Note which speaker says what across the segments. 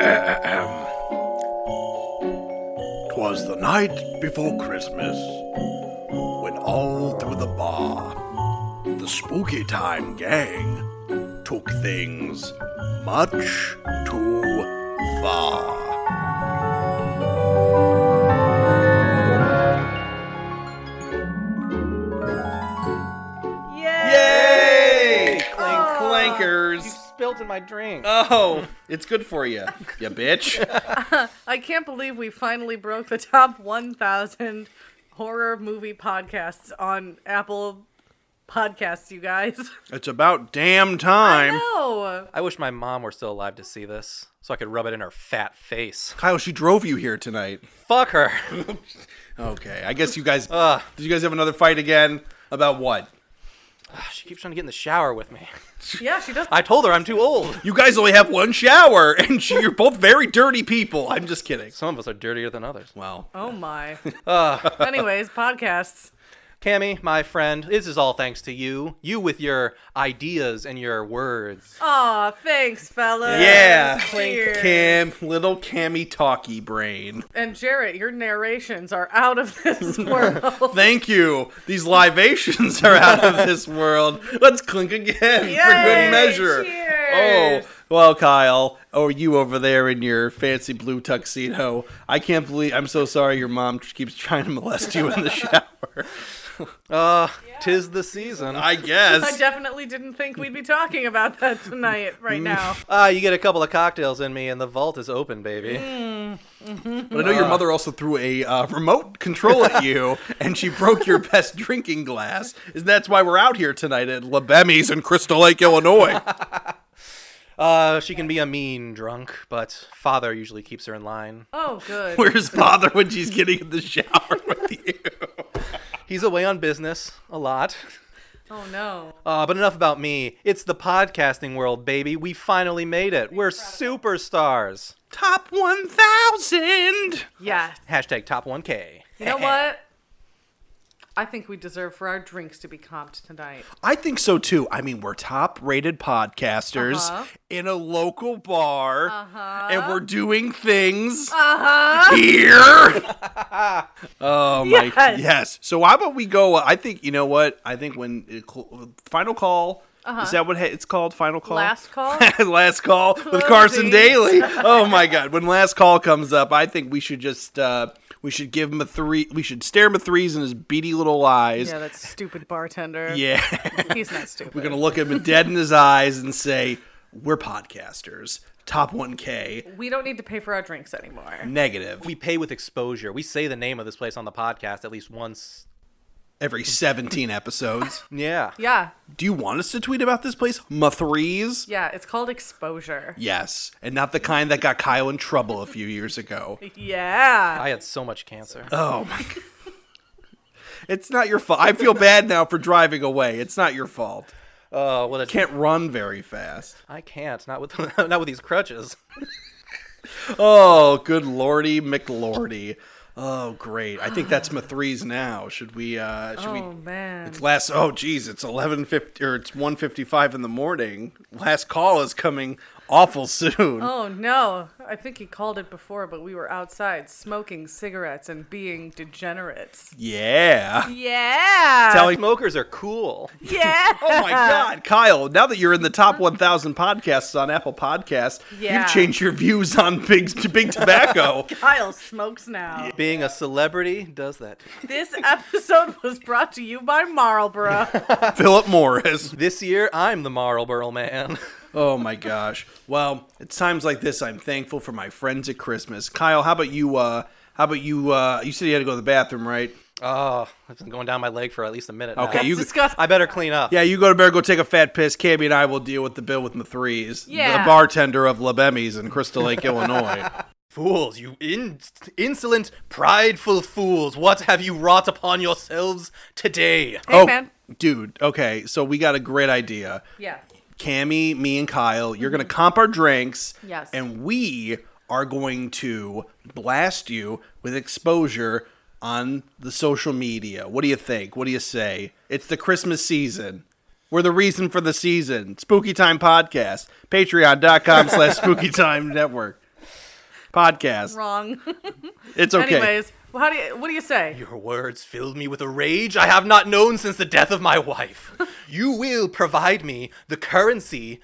Speaker 1: Ahem. 'Twas the night before Christmas when all through the bar the spooky time gang took things much too far.
Speaker 2: Yay!
Speaker 3: Clank
Speaker 2: Ah. You
Speaker 3: clankers.
Speaker 2: spilled in my drink.
Speaker 3: Oh, it's good for you, you bitch.
Speaker 4: I can't believe we finally broke the top 1,000 horror movie podcasts on Apple Podcasts, you guys.
Speaker 1: It's about damn time.
Speaker 4: No.
Speaker 2: I wish my mom were still alive to see this, so I could rub it in her fat face.
Speaker 1: Kyle, she drove you here tonight.
Speaker 2: Fuck her.
Speaker 1: Okay, I guess you guys.
Speaker 2: Ugh.
Speaker 1: did you guys have another fight again? About what?
Speaker 2: she keeps trying to get in the shower with me.
Speaker 4: Yeah, she does.
Speaker 2: I told her I'm too old.
Speaker 1: You guys only have one shower, and she, you're both very dirty people. I'm just kidding.
Speaker 2: Some of us are dirtier than others.
Speaker 1: Well,
Speaker 4: Oh my.
Speaker 1: Ah.
Speaker 4: Anyways, podcasts.
Speaker 2: Cammy, my friend, this is all thanks to you. You with your ideas and your words.
Speaker 4: Aw, thanks, fellas.
Speaker 1: yeah,
Speaker 4: Cheers.
Speaker 1: Cam, little Cammy talkie brain.
Speaker 4: And Jarrett, your narrations are out of this world.
Speaker 1: Thank you. These libations are out of this world. Let's clink again for
Speaker 4: Yay,
Speaker 1: good measure.
Speaker 4: cheers.
Speaker 1: Oh, well, Kyle, or you over there in your fancy blue tuxedo. I can't believe. I'm so sorry. Your mom tr- keeps trying to molest you in the shower.
Speaker 2: Uh, tis the season.
Speaker 1: I
Speaker 4: I
Speaker 1: guess.
Speaker 4: definitely didn't think we'd be talking about that tonight,
Speaker 1: Mm.
Speaker 4: right now.
Speaker 2: Ah, you get a couple of cocktails in me and the vault is open, baby.
Speaker 1: But I know your mother also threw a uh, remote control at you, and she broke your best drinking glass. And that's why we're out here tonight at Labemmy's in Crystal Lake, Illinois.
Speaker 2: Uh, she can be a mean drunk, but father usually keeps her in line.
Speaker 4: Oh, good.
Speaker 1: Where's father when she's getting in the shower with you?
Speaker 2: He's away on business a lot.
Speaker 4: Oh, no.
Speaker 2: Uh, but enough about me. It's the podcasting world, baby. We finally made it. We're superstars.
Speaker 1: Top 1000!
Speaker 4: Yes.
Speaker 2: Hashtag top 1K.
Speaker 4: You know what? I think we deserve for our drinks to be comped tonight.
Speaker 1: I think so too. I mean, we're top rated podcasters
Speaker 4: Uh-huh.
Speaker 1: in a local bar, uh-huh. and we're doing things
Speaker 4: Uh huh.
Speaker 1: here. oh, my.
Speaker 4: Yes.
Speaker 1: Yes. So, why don't we go? uh, I think, you know what? I think when it cl- Final Call. Is that what ha- it's called? Final call.
Speaker 4: Uh-huh. Last call?
Speaker 1: last call with Carson
Speaker 4: Closing.
Speaker 1: Daly. Oh my God! When last call comes up, I think we should just uh, we should give him a three. We should stare him a threes in his beady little eyes.
Speaker 4: Yeah, that stupid bartender.
Speaker 1: yeah.
Speaker 4: He's not stupid.
Speaker 1: We're gonna look him dead in his eyes and say, "We're podcasters, top 1K,
Speaker 4: We don't need to pay for our drinks anymore.
Speaker 1: negative
Speaker 2: We pay with exposure. We say the name of this place on the podcast at least once.
Speaker 1: every 17 episodes."
Speaker 2: Yeah.
Speaker 4: Yeah.
Speaker 1: Do you want us to tweet about this place, Mathrees?
Speaker 4: Yeah. It's called exposure.
Speaker 1: Yes, and not the kind that got Kyle in trouble a few years ago.
Speaker 4: Yeah.
Speaker 2: I had so much cancer.
Speaker 1: Oh my god. It's not your fault. I feel bad now for driving away. It's not your fault.
Speaker 2: Oh, what a
Speaker 1: Can't run very fast.
Speaker 2: I can't. Not with not with these crutches.
Speaker 1: Oh, good lordy McLordy. Oh, great. I think that's Mathrees now. Should we uh should
Speaker 4: Oh,
Speaker 1: we
Speaker 4: man.
Speaker 1: It's last. Oh, geez, it's eleven fifty or it's one fifty-five in the morning. Last call is coming awful soon.
Speaker 4: Oh, no. I think he called it before, but we were outside smoking cigarettes and being degenerates.
Speaker 1: Yeah.
Speaker 4: Yeah.
Speaker 1: Telling.
Speaker 2: Smokers are cool.
Speaker 4: yeah.
Speaker 1: Oh my God, Kyle! Now that you're in the top 1,000 podcasts on Apple Podcasts,
Speaker 4: Yeah.
Speaker 1: you've changed your views on big big tobacco.
Speaker 4: Kyle smokes now.
Speaker 2: Being a celebrity does that.
Speaker 4: This episode was brought to you by Marlboro.
Speaker 1: Philip Morris.
Speaker 2: This year, I'm the Marlboro man.
Speaker 1: Oh my gosh. Well, it's times like this I'm thankful for my friends at Christmas. Kyle, how about you? Uh, how about you? Uh, you said you had to go to the bathroom, right?
Speaker 2: Oh, I've been going down my leg for at least a minute. now.
Speaker 1: Okay, you-
Speaker 4: Disgust-
Speaker 2: I better clean up.
Speaker 1: Yeah, you go to bed, go take a fat piss. Cammy and I will deal with the bill with the threes.
Speaker 4: Yeah.
Speaker 1: The bartender of Labemmy's in Crystal Lake, Illinois.
Speaker 2: Fools, you in- insolent, prideful fools, what have you wrought upon yourselves today?
Speaker 4: Hey, man.
Speaker 1: Oh, dude. Okay, so we got a great idea.
Speaker 4: Yeah.
Speaker 1: Cammy, me, and Kyle, you're going to comp our drinks.
Speaker 4: Yes.
Speaker 1: And we are going to blast you with exposure on the social media. What do you think? What do you say? It's the Christmas season. We're the reason for the season. Spooky Time Podcast. Patreon.com slash Spooky Time Network. podcast.
Speaker 4: Wrong.
Speaker 1: It's okay.
Speaker 4: Anyways, well, how do you, what do you say?
Speaker 2: Your words filled me with a rage I have not known since the death of my wife. you will provide me the currency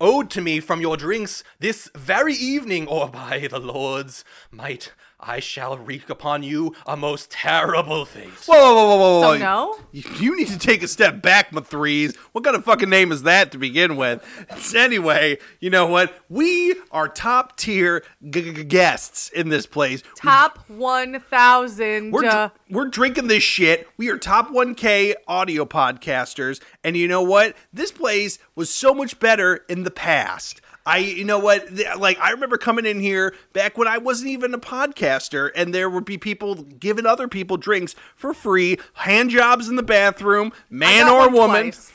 Speaker 2: owed to me from your drinks this very evening, or by the Lord's might, I shall wreak upon you a most terrible fate.
Speaker 1: Whoa, whoa, whoa, whoa, whoa!
Speaker 4: So
Speaker 1: whoa.
Speaker 4: no?
Speaker 1: You, you need to take a step back, Mathrees. What kind of fucking name is that to begin with? Anyway, you know what? We are top tier g- g- guests in this place.
Speaker 4: Top 1,000.
Speaker 1: We're,
Speaker 4: uh,
Speaker 1: dr- we're drinking this shit. We are top 1K audio podcasters. And you know what? This place was so much better in the past. I, you know what? Th- Like, I remember coming in here back when I wasn't even a podcaster, and there would be people giving other people drinks for free, hand jobs in the bathroom,
Speaker 4: I
Speaker 1: man
Speaker 4: got
Speaker 1: or
Speaker 4: one
Speaker 1: woman.
Speaker 4: twice.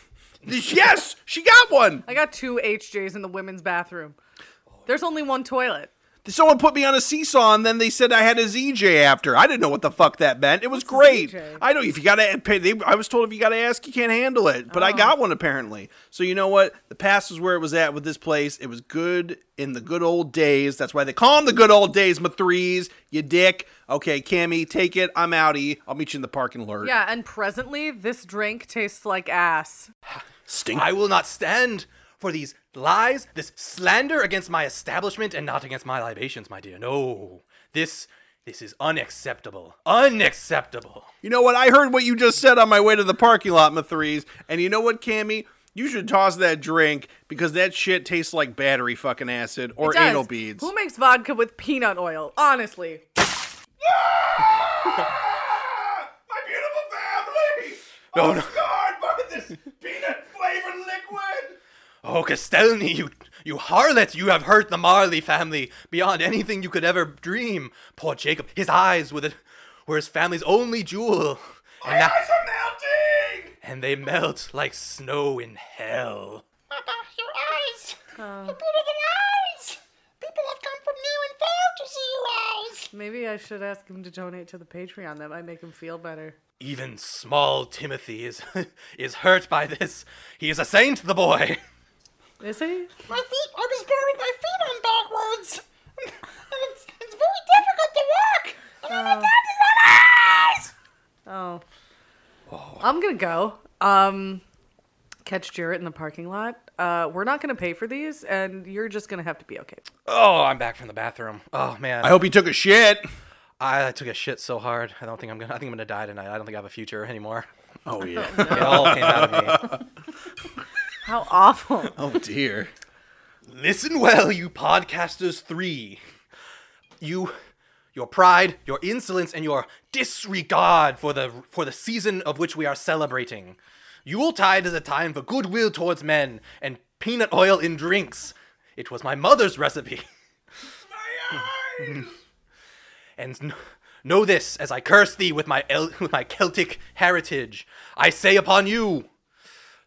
Speaker 1: Yes, she got one.
Speaker 4: I got two HJs in the women's bathroom. There's only one toilet.
Speaker 1: Someone put me on a seesaw, and then they said I had a ZJ after. I didn't know what the fuck that meant. It was great.
Speaker 4: ZJ?
Speaker 1: I know if you gotta pay. They, I was told if you gotta ask, you can't handle it. But I got one apparently. So you know what? The past is where it was at with this place. It was good in the good old days. That's why they call them the good old days. My threes, you dick. Okay, Cammy, take it. I'm outie. I'll meet you in the parking lot.
Speaker 4: Yeah, and presently, this drink tastes like ass.
Speaker 1: stink.
Speaker 2: I will not stand for these lies, this slander against my establishment and not against my libations, my dear. No. This this is unacceptable. Unacceptable.
Speaker 1: You know what? I heard what you just said on my way to the parking lot, Mathrees. And you know what, Cammy? You should toss that drink because that shit tastes like battery fucking acid or
Speaker 4: Does.
Speaker 1: anal beads.
Speaker 4: Who makes vodka with peanut oil? Honestly.
Speaker 5: My beautiful family!
Speaker 2: No, no.
Speaker 5: God, by this peanut flavored liquid!
Speaker 2: Oh, Castelny, you you harlot, you have hurt the Marley family beyond anything you could ever dream. Poor Jacob, his eyes were, the, were his family's only jewel. And, now,
Speaker 5: are melting!
Speaker 2: and they melt like snow in hell.
Speaker 6: Papa, your eyes! Your beautiful eyes! People have come from near and far to see your eyes!
Speaker 4: Maybe I should ask him to donate to the Patreon. That might make him feel better.
Speaker 2: Even small Timothy is is hurt by this. He is a saint, the boy.
Speaker 4: Is he?
Speaker 6: My feet, I was buried my feet on backwards! and it's, it's very difficult to walk! And oh. my God, you got eyes!
Speaker 4: Oh.
Speaker 1: Oh.
Speaker 4: I'm gonna go. Um catch Jarrett in the parking lot. Uh we're not gonna pay for these and you're just gonna have to be okay.
Speaker 2: Oh, I'm back from the bathroom. Oh man,
Speaker 1: I hope you took a shit.
Speaker 2: I took a shit so hard. I don't think I'm gonna. I think I'm gonna die tonight. I don't think I have a future anymore.
Speaker 1: Oh yeah.
Speaker 2: It all came out of me.
Speaker 4: How awful.
Speaker 1: oh dear.
Speaker 2: Listen well, you podcasters three. You your pride, your insolence, and your disregard for the for the season of which we are celebrating. Yuletide is a time for goodwill towards men and peanut oil in drinks. It was my mother's recipe. and kn- know this as I curse thee with my El- with my Celtic heritage. I say upon you,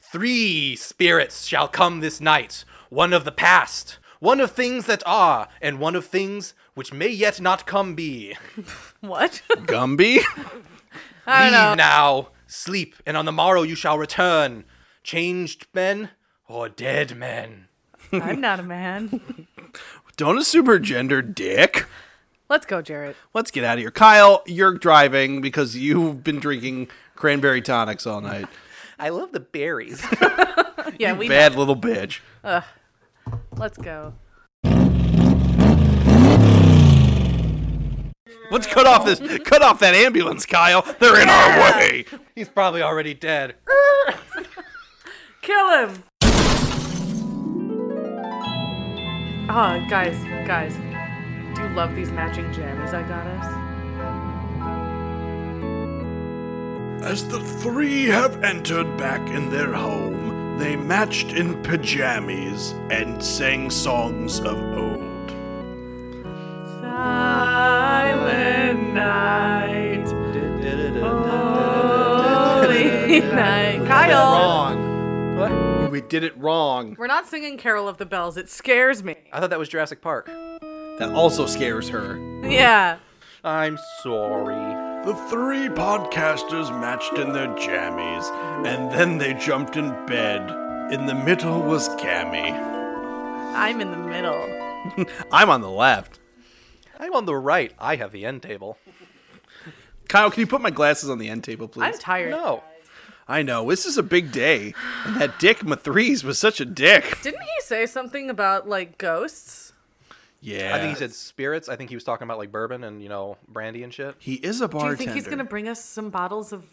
Speaker 2: Three spirits shall come this night one of the past, one of things that are, and one of things which may yet not come be.
Speaker 4: What?
Speaker 1: Gumby?
Speaker 2: Leave now, sleep, and on the morrow you shall return, changed men or dead men.
Speaker 4: I'm not a man.
Speaker 1: Don't assume her gender, dick.
Speaker 4: Let's go, Jarrett.
Speaker 1: Let's get out of here. Kyle, you're driving because you've been drinking cranberry tonics all night.
Speaker 2: I love the berries.
Speaker 4: Yeah, we
Speaker 1: Bad little bitch.
Speaker 4: let's go.
Speaker 1: Let's cut off this cut off that ambulance, Kyle. They're in
Speaker 4: Uh,
Speaker 1: our way.
Speaker 2: He's probably already dead.
Speaker 4: Kill him! Ah, guys, guys. Do you love these matching jammies I got us?
Speaker 7: As the three have entered back in their home, they matched in pajamas and sang songs of old.
Speaker 4: Silent night. Holy night. Kyle!
Speaker 1: Wrong. What? We did it wrong.
Speaker 4: We're not singing Carol of the Bells. It scares me.
Speaker 2: I thought that was Jurassic Park.
Speaker 1: That also scares her.
Speaker 4: Yeah.
Speaker 2: I'm sorry.
Speaker 7: The three podcasters matched in their jammies, and then they jumped in bed. In the middle was Cammy.
Speaker 4: I'm in the middle.
Speaker 1: I'm on the left.
Speaker 2: I'm on the right. I have the end table.
Speaker 1: Kyle, can you put my glasses on the end table, please?
Speaker 4: I'm tired.
Speaker 2: No.
Speaker 1: I know this is a big day, and that Dick Mathries was such a dick.
Speaker 4: Didn't he say something about like ghosts?
Speaker 1: Yeah,
Speaker 2: I think he said spirits. I think he was talking about like bourbon and, you know, brandy and shit.
Speaker 1: he is a
Speaker 4: Do you
Speaker 1: bartender.
Speaker 4: think he's gonna bring us some bottles of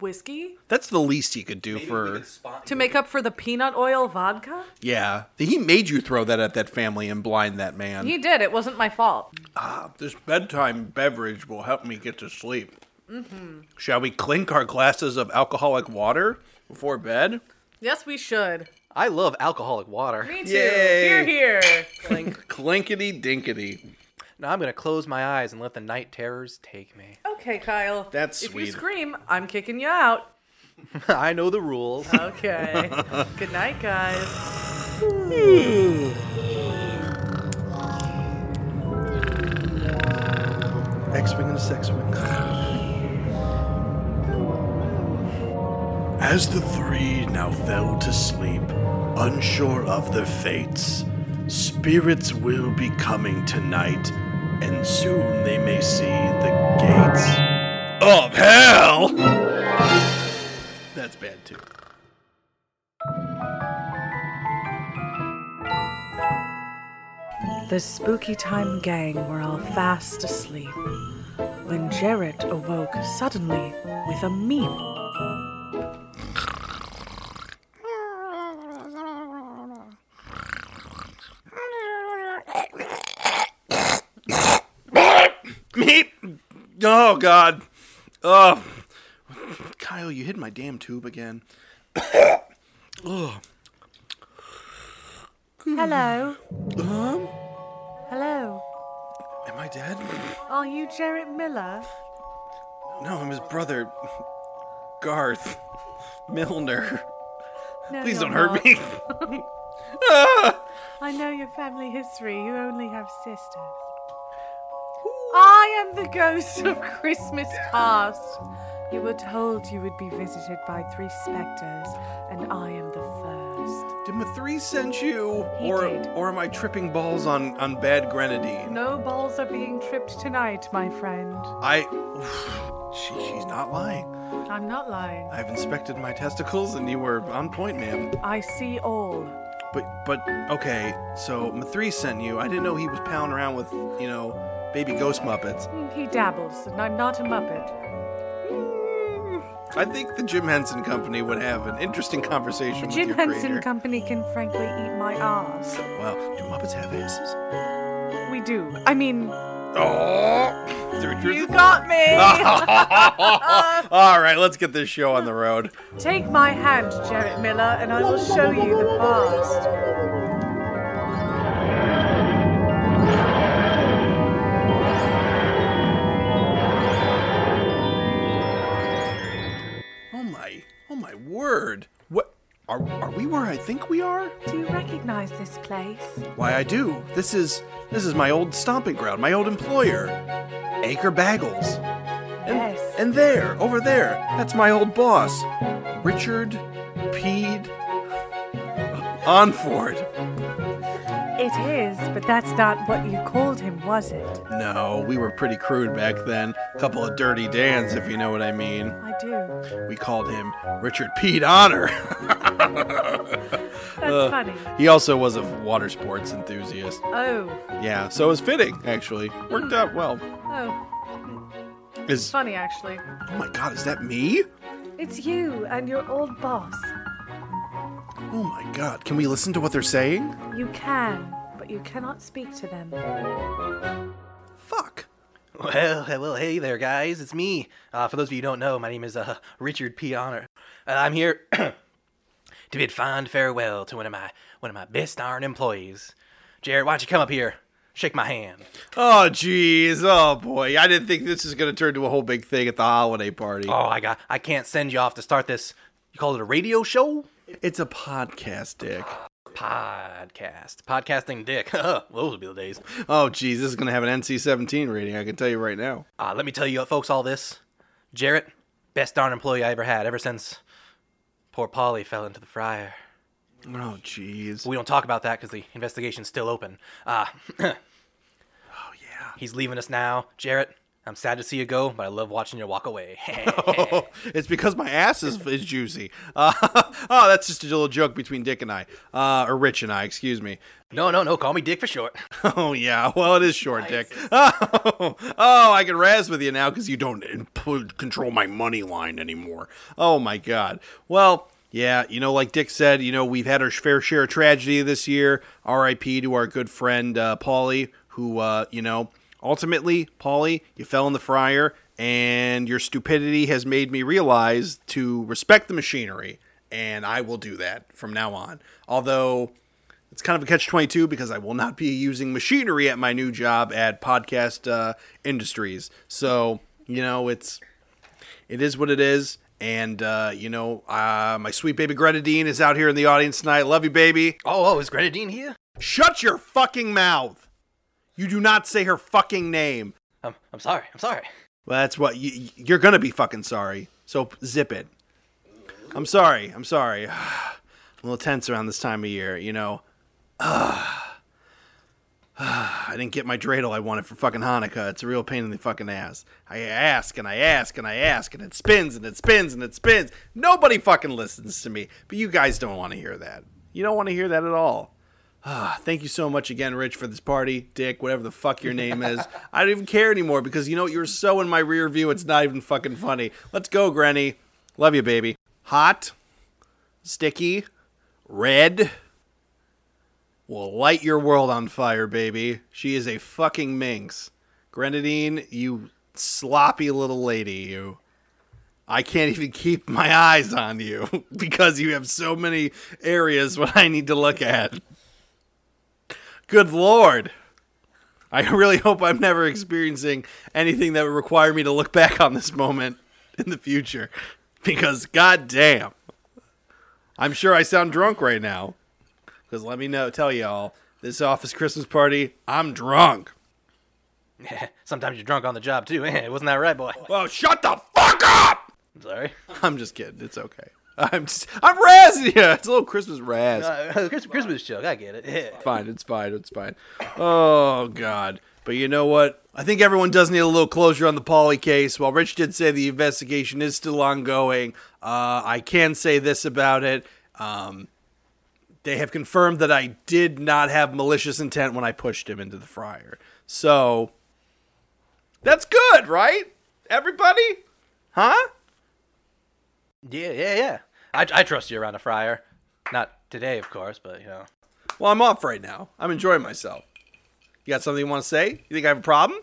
Speaker 4: whiskey
Speaker 1: That's the least he could do for.
Speaker 4: to make up for the peanut oil vodka?
Speaker 1: Yeah, he made you throw that at that family and blind that man.
Speaker 4: He did. It wasn't my fault.
Speaker 1: This bedtime beverage will help me get to sleep.
Speaker 4: Mm-hmm.
Speaker 1: Shall we clink our glasses of alcoholic water before bed?
Speaker 4: Yes, we should.
Speaker 2: I love alcoholic water.
Speaker 4: Me too.
Speaker 1: Yay.
Speaker 4: Here, here.
Speaker 1: Clinkety dinkety.
Speaker 2: Now I'm going to close my eyes and let the night terrors take me.
Speaker 4: Okay, Kyle.
Speaker 1: That's
Speaker 4: if
Speaker 1: sweet.
Speaker 4: you scream, I'm kicking you out.
Speaker 2: I know the rules.
Speaker 4: Okay. Good night, guys.
Speaker 1: X Wing and a sex wing.
Speaker 8: As the three now fell to sleep, unsure of their fates, spirits will be coming tonight, and soon they may see the gates of hell!
Speaker 1: That's bad too.
Speaker 4: The spooky time gang were all fast asleep when Jarrett awoke suddenly with a meep.
Speaker 1: Meep. Oh God. Oh, Kyle, you hit my damn tube again.
Speaker 4: Hello. Hello.
Speaker 1: Am I dead?
Speaker 4: Are you Jarrett Miller?
Speaker 1: No, I'm his brother, Garth Milner.
Speaker 4: No,
Speaker 1: Please
Speaker 4: you're
Speaker 1: don't hurt
Speaker 4: not.
Speaker 1: me.
Speaker 4: I know your family history. You only have sisters. I am the ghost of Christmas past. You were told you would be visited by three spectres, and I am the first.
Speaker 1: Did Mathri send you,
Speaker 4: He
Speaker 1: or
Speaker 4: did.
Speaker 1: or am I tripping balls on on bad grenadine?
Speaker 4: No balls are being tripped tonight, my friend.
Speaker 1: I. She, she's not lying.
Speaker 4: I'm not lying.
Speaker 1: I've inspected my testicles, and you were on point, ma'am.
Speaker 4: I see all.
Speaker 1: But but okay. So Mathri sent you. I didn't know he was pounding around with you know baby ghost muppets.
Speaker 4: He dabbles, and I'm not a muppet.
Speaker 1: I think the Jim Henson Company would have an interesting conversation with
Speaker 4: Jim
Speaker 1: your
Speaker 4: Henson
Speaker 1: creator.
Speaker 4: Company can frankly eat my ass.
Speaker 1: wow, do Muppets have asses?
Speaker 4: We do. I mean,
Speaker 1: Oh, through truth.
Speaker 4: you got me!
Speaker 1: All right, let's get this show on the road.
Speaker 4: Take my hand, Jarrett Miller, and I will show you the past.
Speaker 1: Oh my, oh my word! What are are we where I think we are?
Speaker 4: Do you recognize this place?
Speaker 1: Why I do. This is this is my old stomping ground, my old employer, Acre Baggles. And,
Speaker 4: Yes.
Speaker 1: and there, over there, that's my old boss, Richard Peed Onford.
Speaker 4: It is, but that's not what you called him, was it?
Speaker 1: No, we were pretty crude back then. Couple of dirty Dans, if you know what I mean.
Speaker 4: I do.
Speaker 1: We called him Richard Pete Honor.
Speaker 4: That's funny.
Speaker 1: he also was a water sports enthusiast.
Speaker 4: Oh,
Speaker 1: Yeah, so it was fitting, actually. Worked out well.
Speaker 4: oh,
Speaker 1: Is
Speaker 4: funny actually.
Speaker 1: oh my god, is that me?
Speaker 4: It's you and your old boss.
Speaker 1: Oh my god, can we listen to what they're saying?
Speaker 4: You can, but you cannot speak to them.
Speaker 1: Fuck.
Speaker 2: Well, well, hey there, guys. It's me. Uh, for those of you who don't know, my name is uh, Richard P. Honor. Uh, I'm here to bid fond farewell to one of my one of my best darn employees. Jared, why don't you come up here, shake my hand?
Speaker 1: Oh jeez, oh boy, I didn't think this was gonna turn to a whole big thing at the holiday party.
Speaker 2: Oh, I got. I can't send you off to start this. You call it a radio show?
Speaker 1: It's a podcast, Dick.
Speaker 2: Podcast. Podcasting dick. Those would be the days.
Speaker 1: Oh jeez, this is gonna have an NC-17 rating. I can tell you right now.
Speaker 2: Uh, let me tell you, folks, all this. Jarrett, best darn employee I ever had, ever since poor Polly fell into the fryer.
Speaker 1: Oh jeez.
Speaker 2: We don't talk about that because the investigation's still open. Uh,
Speaker 1: Oh yeah.
Speaker 9: He's leaving us now. Jarrett, I'm sad to see you go, but I love watching you walk away.
Speaker 8: Oh, it's because my ass is, is juicy. Uh, oh, that's just a little joke between Dick and I, uh, or Rich and I, excuse me.
Speaker 9: no, no, no. Call me Dick for short.
Speaker 8: Oh yeah, well it is short, Dick. Oh, oh, I can razz with you now because you don't imp- control my money line anymore. Oh my God. Well, yeah, you know, like Dick said, you know, we've had our fair share of tragedy this year. R.I.P. to our good friend uh, Paulie, who, uh, you know, ultimately, Paulie, you fell in the fryer, and your stupidity has made me realize to respect the machinery, and I will do that from now on. Although it's kind of a catch 22 because I will not be using machinery at my new job at Podcast uh, Industries. So, you know, it's it is what it is. And, uh, you know, uh, my sweet baby Greta Dean is out here in the audience tonight. Love you, baby.
Speaker 9: Oh, oh, is Greta Dean here?
Speaker 8: Shut your fucking mouth. You do not say her fucking name.
Speaker 9: I'm, I'm sorry. I'm sorry.
Speaker 8: Well, that's what you, you're gonna be fucking sorry. So zip it. I'm sorry. I'm sorry. I'm a little tense around this time of year. You know. I didn't get my dreidel I wanted for fucking Hanukkah. It's a real pain in the fucking ass. I ask and I ask and I ask and it spins and it spins and it spins. Nobody fucking listens to me. But you guys don't want to hear that. You don't want to hear that at all. Ah, thank you so much again, Rich, for this party, Dick, whatever the fuck your name is. I don't even care anymore because you know what? You're so in my rear view, it's not even fucking funny. Let's go, Granny. Love you, baby. Hot, sticky, red will light your world on fire, baby. She is a fucking minx. Grenadine, you sloppy little lady, you. I can't even keep my eyes on you because you have so many areas what I need to look at. Good lord. I really hope I'm never experiencing anything that would require me to look back on this moment in the future because goddamn. I'm sure I sound drunk right now. Because let me know, tell y'all, this office Christmas party, I'm drunk.
Speaker 9: Sometimes you're drunk on the job too. Eh, wasn't that right, boy?
Speaker 8: Well, shut the fuck up!
Speaker 9: I'm sorry.
Speaker 8: I'm just kidding. It's okay. I'm just, I'm razzing you. It's a little Christmas razz.
Speaker 9: Uh, Christmas, Christmas joke. I get it. Yeah.
Speaker 8: fine. It's fine. It's fine. Oh God. But you know what? I think everyone does need a little closure on the Polly case. While Rich did say the investigation is still ongoing, uh, I can say this about it. Um, they have confirmed that I did not have malicious intent when I pushed him into the fryer. So that's good, right? Everybody? Huh?
Speaker 9: Yeah, yeah, yeah. I, I trust you around a fryer. Not today, of course, but you know.
Speaker 8: Well, I'm off right now. I'm enjoying myself. You got something you want to say? You think I have a problem?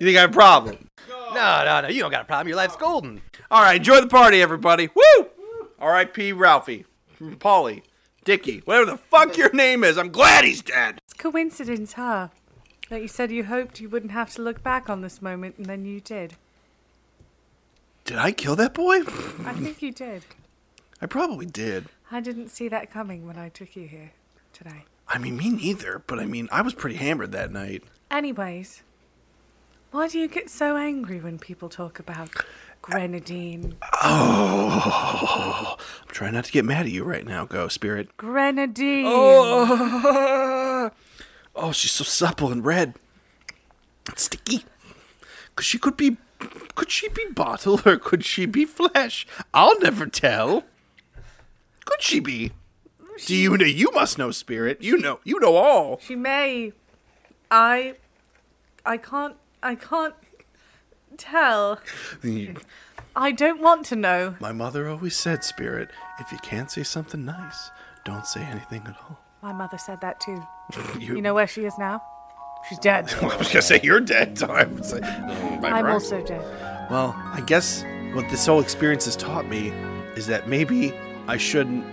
Speaker 8: You think I have a problem?
Speaker 9: No, no, no. You don't got a problem. Your life's golden.
Speaker 8: All right, enjoy the party, everybody. Woo! R.I.P. Ralphie, Polly, Dicky, whatever the fuck your name is. I'm glad he's dead.
Speaker 4: It's coincidence, huh? That you said you hoped you wouldn't have to look back on this moment, and then you did.
Speaker 8: Did I kill that boy?
Speaker 4: I think you did.
Speaker 8: I probably did.
Speaker 4: I didn't see that coming when I took you here today.
Speaker 8: I mean, me neither, but I mean, I was pretty hammered that night.
Speaker 4: Anyways, why do you get so angry when people talk about grenadine?
Speaker 8: Oh, I'm trying not to get mad at you right now, Go Spirit.
Speaker 4: Grenadine!
Speaker 8: Oh, oh, she's so supple and red. It's sticky. Could she could be, could she be bottle or could she be flesh? I'll never tell. Could she be? Do you know? You must know, Spirit. You know. You know all.
Speaker 4: She may. I. I can't. I can't tell. I don't want to know.
Speaker 8: My mother always said, Spirit, if you can't say something nice, don't say anything at all.
Speaker 4: My mother said that too. You know where she is now? She's dead.
Speaker 8: I was gonna say you're dead. So I would say, mm, my
Speaker 4: I'm
Speaker 8: bro.
Speaker 4: also dead.
Speaker 8: Well, I guess what this whole experience has taught me is that maybe I shouldn't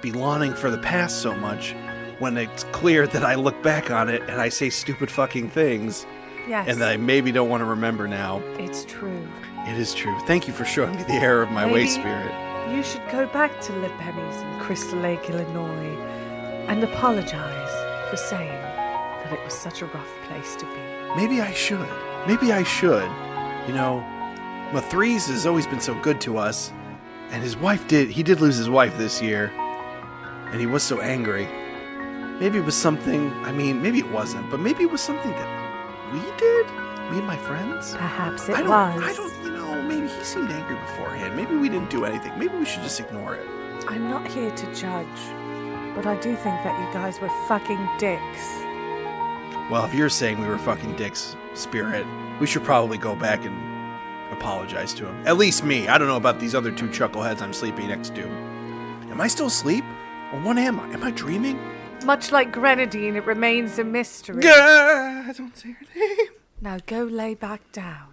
Speaker 8: be lawning for the past so much when it's clear that I look back on it and I say stupid fucking things
Speaker 4: Yes.
Speaker 8: and that I maybe don't want to remember now.
Speaker 4: it's true.
Speaker 8: It is true. Thank you for showing me the error of my way,
Speaker 4: Maybe
Speaker 8: Spirit.
Speaker 4: You should go back to Le Penny's in Crystal Lake, Illinois, and apologize for saying that it was such a rough place to be.
Speaker 8: Maybe I should. Maybe I should. You know, Mathries has always been so good to us, and his wife did. He did lose his wife this year, and he was so angry. Maybe it was something. I mean, maybe it wasn't, but maybe it was something that we did? Me and my friends?
Speaker 10: Perhaps it
Speaker 8: I don't,
Speaker 10: was.
Speaker 8: I don't, you know, maybe he seemed angry beforehand. Maybe we didn't do anything. Maybe we should just ignore it.
Speaker 10: I'm not here to judge, but I do think that you guys were fucking dicks.
Speaker 8: Well, if you're saying we were fucking dicks, Spirit, we should probably go back and apologize to him. At least me. I don't know about these other two chuckleheads I'm sleeping next to. Am I still asleep? Or what am I? Am I dreaming?
Speaker 10: Much like Grenadine, it remains a mystery.
Speaker 8: God, don't say her name.
Speaker 10: Now go lay back down.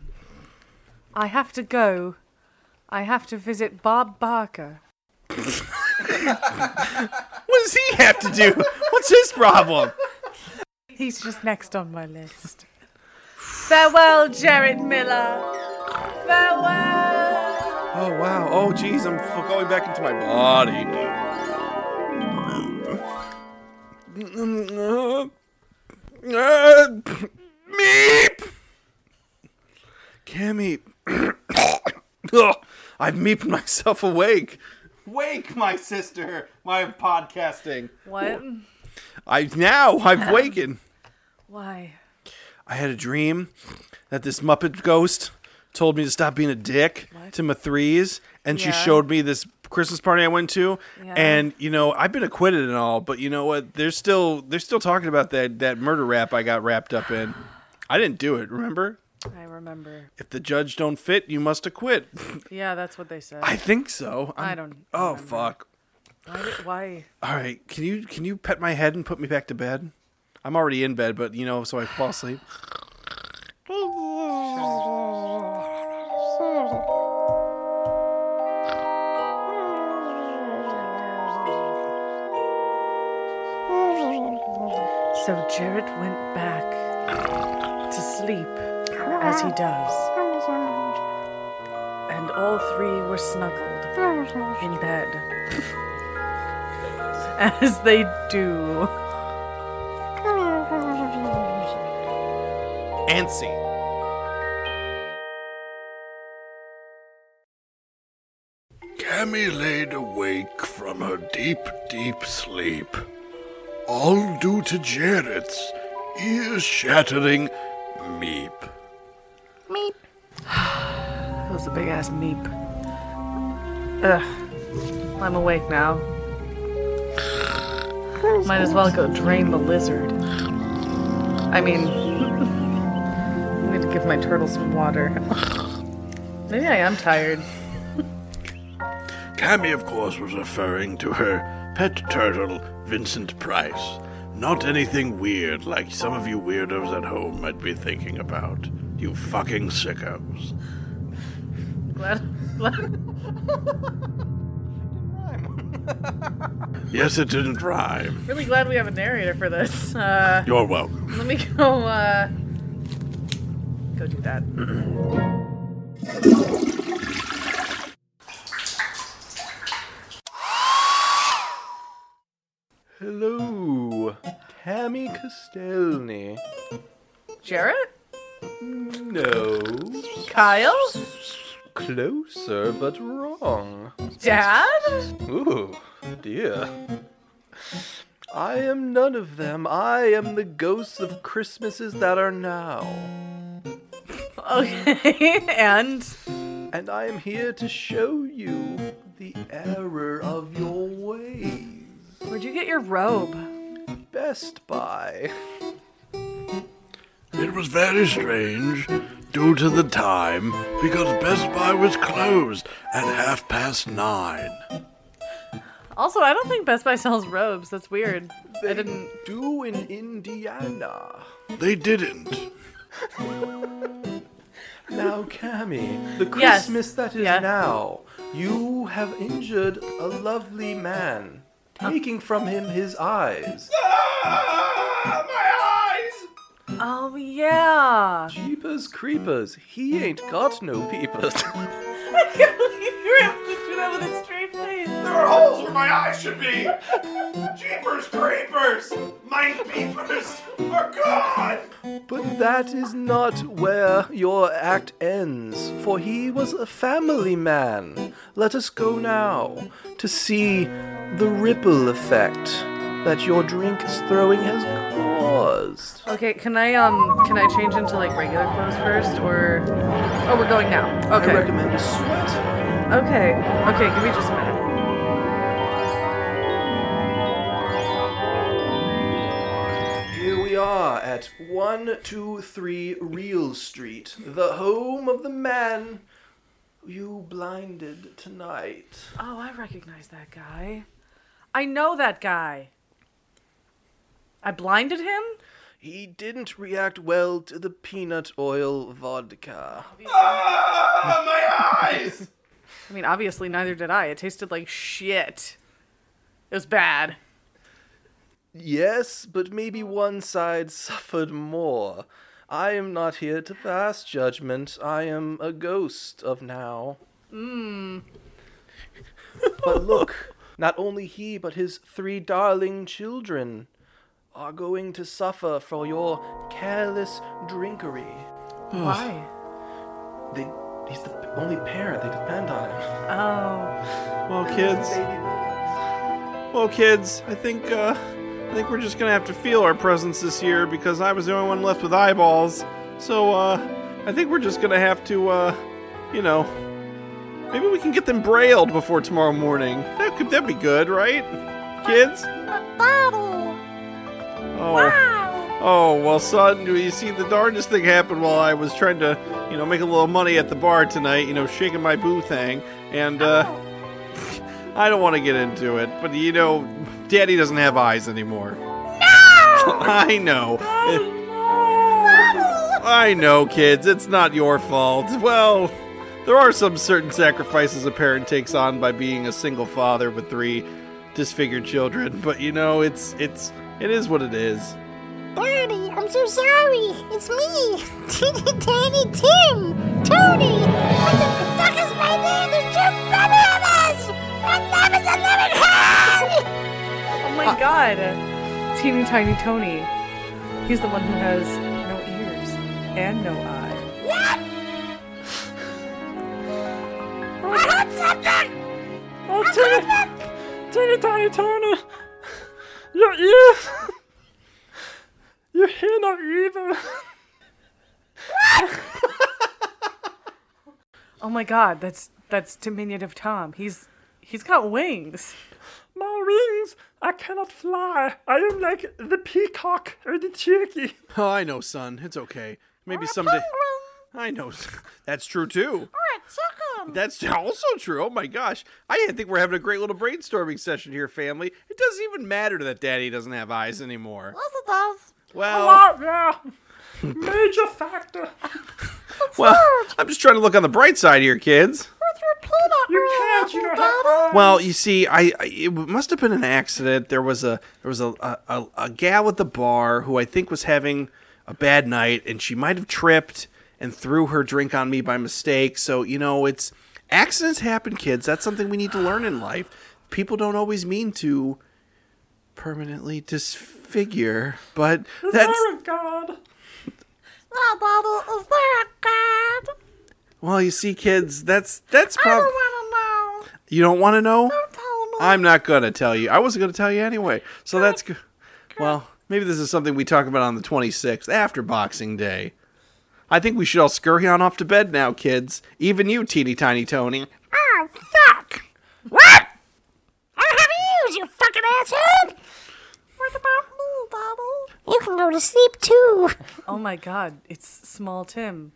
Speaker 10: I have to go. I have to visit Bob Barker.
Speaker 8: What does he have to do? What's his problem?
Speaker 10: He's just next on my list. Farewell, Jared Miller. Farewell.
Speaker 8: Oh wow. Oh geez, I'm f- going back into my body. meep. Cammy. Ugh, I've meeped myself awake. Wake, my sister. My podcasting.
Speaker 4: What?
Speaker 8: I now I've wakened.
Speaker 10: Why?
Speaker 8: I had a dream that this Muppet ghost told me to stop being a dick to my threes, and she
Speaker 4: Yeah.
Speaker 8: showed me this Christmas party I went to,
Speaker 10: Yeah.
Speaker 8: and you know I've been acquitted and all, but you know what? They're still they're still talking about that that murder rap I got wrapped up in. I didn't do it. Remember?
Speaker 4: I remember.
Speaker 8: If the judge don't fit, you must acquit.
Speaker 4: Yeah, that's what they said.
Speaker 8: I think so. I'm,
Speaker 4: I don't
Speaker 8: Oh
Speaker 4: remember.
Speaker 8: fuck!
Speaker 4: Why? did- why?
Speaker 8: All right, can you can you pet my head and put me back to bed? I'm already in bed, but you know, so I fall asleep.
Speaker 4: So Jared went back to sleep as he does, and all three were snuggled in bed as they do.
Speaker 8: Antsy.
Speaker 11: Cammy laid awake from her deep, deep sleep. All due to Jarrett's ear shattering meep.
Speaker 4: That was a big ass meep. Ugh. I'm awake now. Might as well go drain the lizard. I mean, I need to give my turtle some water. Maybe I am tired.
Speaker 11: Cammy, of course, was referring to her pet turtle, Vincent Price. Not anything weird like some of you weirdos at home might be thinking about. You fucking sickos.
Speaker 4: Glad, glad,
Speaker 11: Yes, it didn't rhyme.
Speaker 4: really glad we have a narrator for this. Uh,
Speaker 11: You're welcome.
Speaker 4: let me go. Uh, go do that.
Speaker 2: Hello, Cammy Castelny.
Speaker 4: Jarrett,
Speaker 2: No,
Speaker 4: Kyle,
Speaker 2: closer but wrong.
Speaker 4: Dad.
Speaker 2: Ooh, dear. I am none of them. I am the ghosts of Christmases that are now.
Speaker 4: Okay, and
Speaker 2: And I am here to show you the error of your ways.
Speaker 4: where'd you get your robe?
Speaker 2: Best Buy.
Speaker 11: It was very strange due to the time because Best Buy was closed at half past nine.
Speaker 4: Also, I don't think Best Buy sells robes. That's weird.
Speaker 2: They
Speaker 4: I didn't.
Speaker 2: do in Indiana.
Speaker 11: They didn't.
Speaker 2: Now, Cammy, the
Speaker 4: Yes.
Speaker 2: Christmas that is
Speaker 4: Yeah.
Speaker 2: now, you have injured a lovely man,
Speaker 4: Oh.
Speaker 2: taking from him his eyes.
Speaker 6: Ah, my eyes!
Speaker 4: Oh yeah.
Speaker 2: Jeepers creepers, he ain't got no peepers.
Speaker 4: I can't believe you're able to do that with a straight face.
Speaker 6: There are holes where my eyes should be! Jeepers creepers! My peepers are gone!
Speaker 2: but that is not where your act ends, for he was a family man. Let us go now to see the ripple effect that your drink is throwing has caused.
Speaker 4: Okay, can I um can I change into like regular clothes first or Oh, we're going now.
Speaker 2: I
Speaker 4: Okay.
Speaker 2: recommend a sweat.
Speaker 4: Okay. Okay, give me just a minute.
Speaker 2: Here we are at 123 Real Street, the home of the man you blinded tonight.
Speaker 4: Oh, I recognize that guy. I know that guy. I blinded him?
Speaker 2: He didn't react well to the peanut oil vodka.
Speaker 1: Ah, my eyes!
Speaker 4: I mean, obviously neither did I. It tasted like shit. It was bad.
Speaker 2: Yes, but maybe one side suffered more. I am not here to pass judgment. I am a ghost of now. Mmm. but look, not only he, but his three darling children are going to suffer for your careless drinkery.
Speaker 4: Why?
Speaker 2: They, he's the only parent they depend on.
Speaker 4: Oh.
Speaker 2: Him.
Speaker 8: Well, kids. Well, kids. I think uh, I think we're just gonna have to feel our presence this year because I was the only one left with eyeballs. So uh, I think we're just gonna have to, uh, you know, maybe we can get them brailed before tomorrow morning. That could that be good, right, kids? Oh. Oh, well, son, do you see the darndest thing happened while I was trying to, you know, make a little money at the bar tonight, you know, shaking my boo thing. And, uh, I don't want to get into it, but you know, daddy doesn't have eyes anymore. No! I know. I know, kids, it's not your fault. Well, there are some certain sacrifices a parent takes on by being a single father with three disfigured children, but you know, it's it's it is what it is.
Speaker 6: Daddy, I'm so sorry. It's me, Danny Tim, Tony. What the fuck is my name? There's too many of us. My name is a living hell.
Speaker 4: Oh my
Speaker 2: Ah.
Speaker 4: god. Teeny tiny Tony. He's the one who has no ears and no eye.
Speaker 6: What? I heard something.
Speaker 2: Oh,
Speaker 6: I heard something.
Speaker 2: Tiny Tiny Tony! Your ears! Your hair not even!
Speaker 4: Oh my god, that's that's diminutive Tom. He's he's got wings.
Speaker 2: My wings! I cannot fly! I am like the peacock or the turkey!
Speaker 8: Oh, I know, son. It's okay. Maybe someday. I know. That's true too. That's also true. Oh my gosh. I think we're having a great little brainstorming session here, family. It doesn't even matter that daddy doesn't have eyes anymore. Well,
Speaker 2: yeah! Major factor!
Speaker 8: well, I'm just trying to look on the bright side here, kids.
Speaker 2: You can't, you don't have
Speaker 8: Well, you see, I, I it must have been an accident. There was a there was a, a a a gal at the bar who I think was having a bad night, and she might have tripped and threw her drink on me by mistake. So you know, it's accidents happen, kids. That's something we need to learn in life. People don't always mean to permanently disfigure, but that's
Speaker 2: God!
Speaker 6: Is there a god?
Speaker 8: well, you see, kids, that's that's probably
Speaker 6: I don't
Speaker 8: you don't want to know.
Speaker 6: know. Tell me.
Speaker 8: I'm not gonna tell you. I wasn't gonna tell you anyway. So that's good. Well, maybe this is something we talk about on the 26th after Boxing Day. I think we should all scurry on off to bed now, kids. Even you, teeny tiny Tony.
Speaker 6: Oh, fuck! What? I don't have ears, you fucking asshead! What about me, Daddy? You can go to sleep too.
Speaker 4: Oh my god, it's small Tim.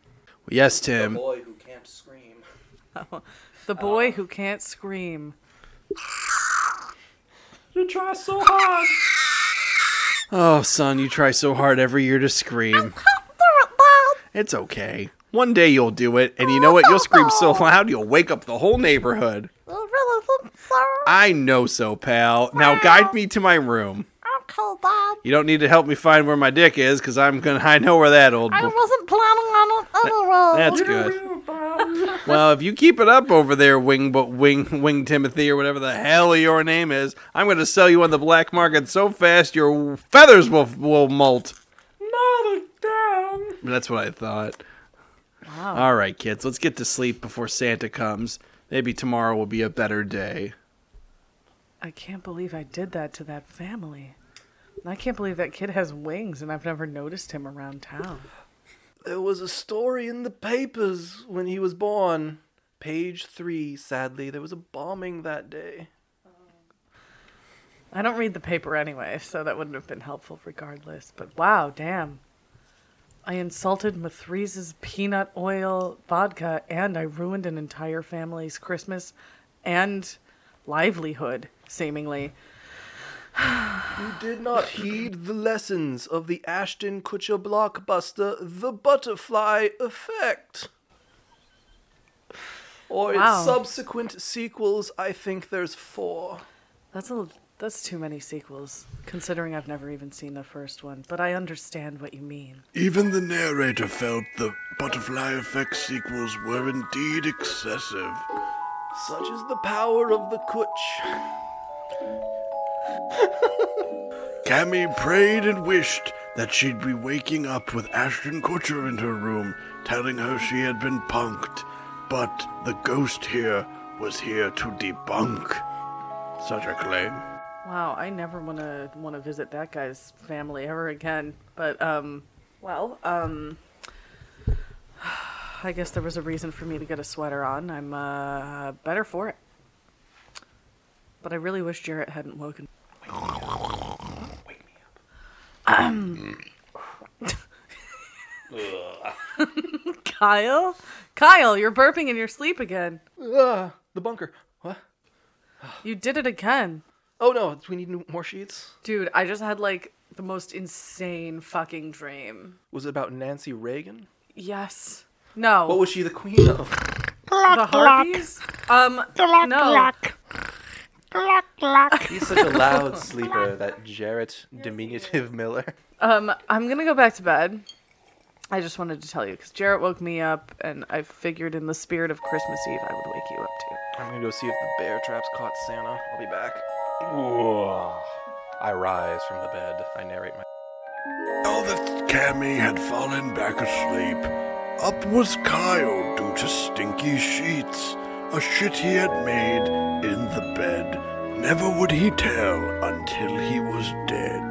Speaker 8: Yes, Tim.
Speaker 2: Boy who can't scream.
Speaker 4: The boy who can't scream.
Speaker 2: You try so hard!
Speaker 8: Oh, son, you try so hard every year to scream. It's okay. One day you'll do it, and you know what? You'll scream so loud you'll wake up the whole neighborhood.
Speaker 6: You really think so?
Speaker 8: I know so, pal. Now guide me to my room.
Speaker 6: Okay, Dad.
Speaker 8: You don't need to help me find where my dick is, cause I'm gonna. I know where that old.
Speaker 6: I
Speaker 8: bo-
Speaker 6: wasn't planning on it anyway.
Speaker 8: That's good. well, if you keep it up over there, Wing, but Wing, Wing Timothy, or whatever the hell your name is, I'm going to sell you on the black market so fast your feathers will will molt. That's what I thought. All right, kids, let's get to sleep before Santa comes. Maybe tomorrow will be a better day.
Speaker 4: I can't believe I did that to that family. I can't believe that kid has wings and I've never noticed him around town.
Speaker 2: There was a story in the papers when he was born. Page three, sadly, there was a bombing that day.
Speaker 4: I don't read the paper anyway, so that wouldn't have been helpful regardless. But wow, damn. I insulted Mathrese's peanut oil vodka and I ruined an entire family's Christmas and livelihood, seemingly.
Speaker 2: You did not heed the lessons of the Ashton Kutcher blockbuster, The Butterfly Effect. Or
Speaker 4: Wow.
Speaker 2: its subsequent sequels, I think there's four.
Speaker 4: That's a that's too many sequels, considering I've never even seen the first one, but I understand what you mean.
Speaker 11: Even the narrator felt the butterfly effect sequels were indeed excessive.
Speaker 2: Such is the power of the Kutch.
Speaker 11: Cammy prayed and wished that she'd be waking up with Ashton Kutcher in her room, telling her she had been punked. But the ghost here was here to debunk such a claim.
Speaker 4: Wow, I never want to want to visit that guy's family ever again. But um well, um I guess there was a reason for me to get a sweater on. I'm uh better for it. But I really wish Jarrett hadn't woken. Wake me up. Kyle? Kyle, you're burping in your sleep again.
Speaker 2: Ah, the bunker. What?
Speaker 4: You did it again.
Speaker 2: Oh no, we need new- more sheets.
Speaker 4: Dude, I just had like the most insane fucking dream.
Speaker 2: Was it about Nancy Reagan?
Speaker 4: Yes. No.
Speaker 2: What was she the queen of?
Speaker 4: the harpies? Um,
Speaker 6: Glock,
Speaker 4: no.
Speaker 6: glock. Glock, glock.
Speaker 2: He's such a loud sleeper, that Jarrett diminutive Miller.
Speaker 4: Um, I'm gonna go back to bed. I just wanted to tell you because Jarrett woke me up, and I figured in the spirit of Christmas Eve, I would wake you up too.
Speaker 2: I'm gonna go see if the bear traps caught Santa. I'll be back.
Speaker 9: I rise from the bed. I narrate my.
Speaker 11: Now that Cammy had fallen back asleep, up was Kyle due to stinky sheets, a shit he had made in the bed. Never would he tell until he was dead.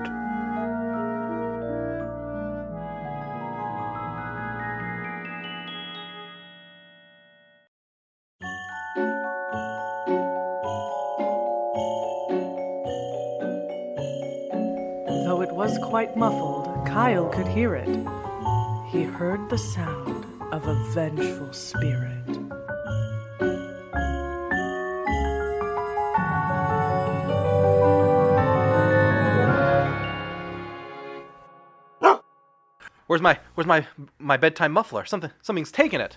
Speaker 4: Though it was quite muffled, Kyle could hear it. He heard the sound of a vengeful spirit.
Speaker 2: Where's my where's my my bedtime muffler? Something something's taken it.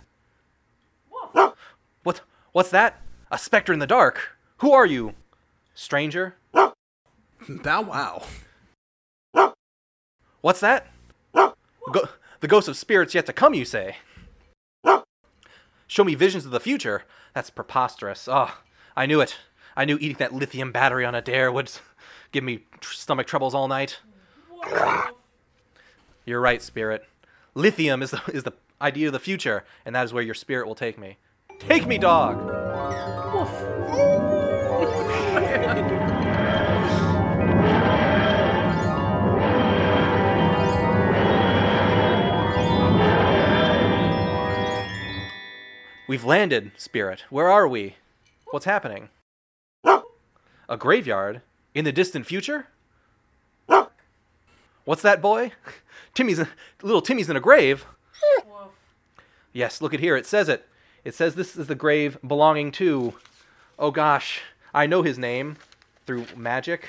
Speaker 2: What what's that? A specter in the dark. Who are you? Stranger?
Speaker 8: Bow wow.
Speaker 2: What's that? Go- the ghost of spirits yet to come, you say? Show me visions of the future. That's preposterous. Ah, I knew it. I knew eating that lithium battery on a dare would s- give me tr- stomach troubles all night. You're right, spirit. Lithium is the, is the idea of the future, and that is where your spirit will take me. Take me, dog. We've landed, spirit. Where are we? What's happening? A graveyard in the distant future? What's that, boy? Timmy's little Timmy's in a grave. yes, look at here. It says it. It says this is the grave belonging to. Oh gosh, I know his name through magic.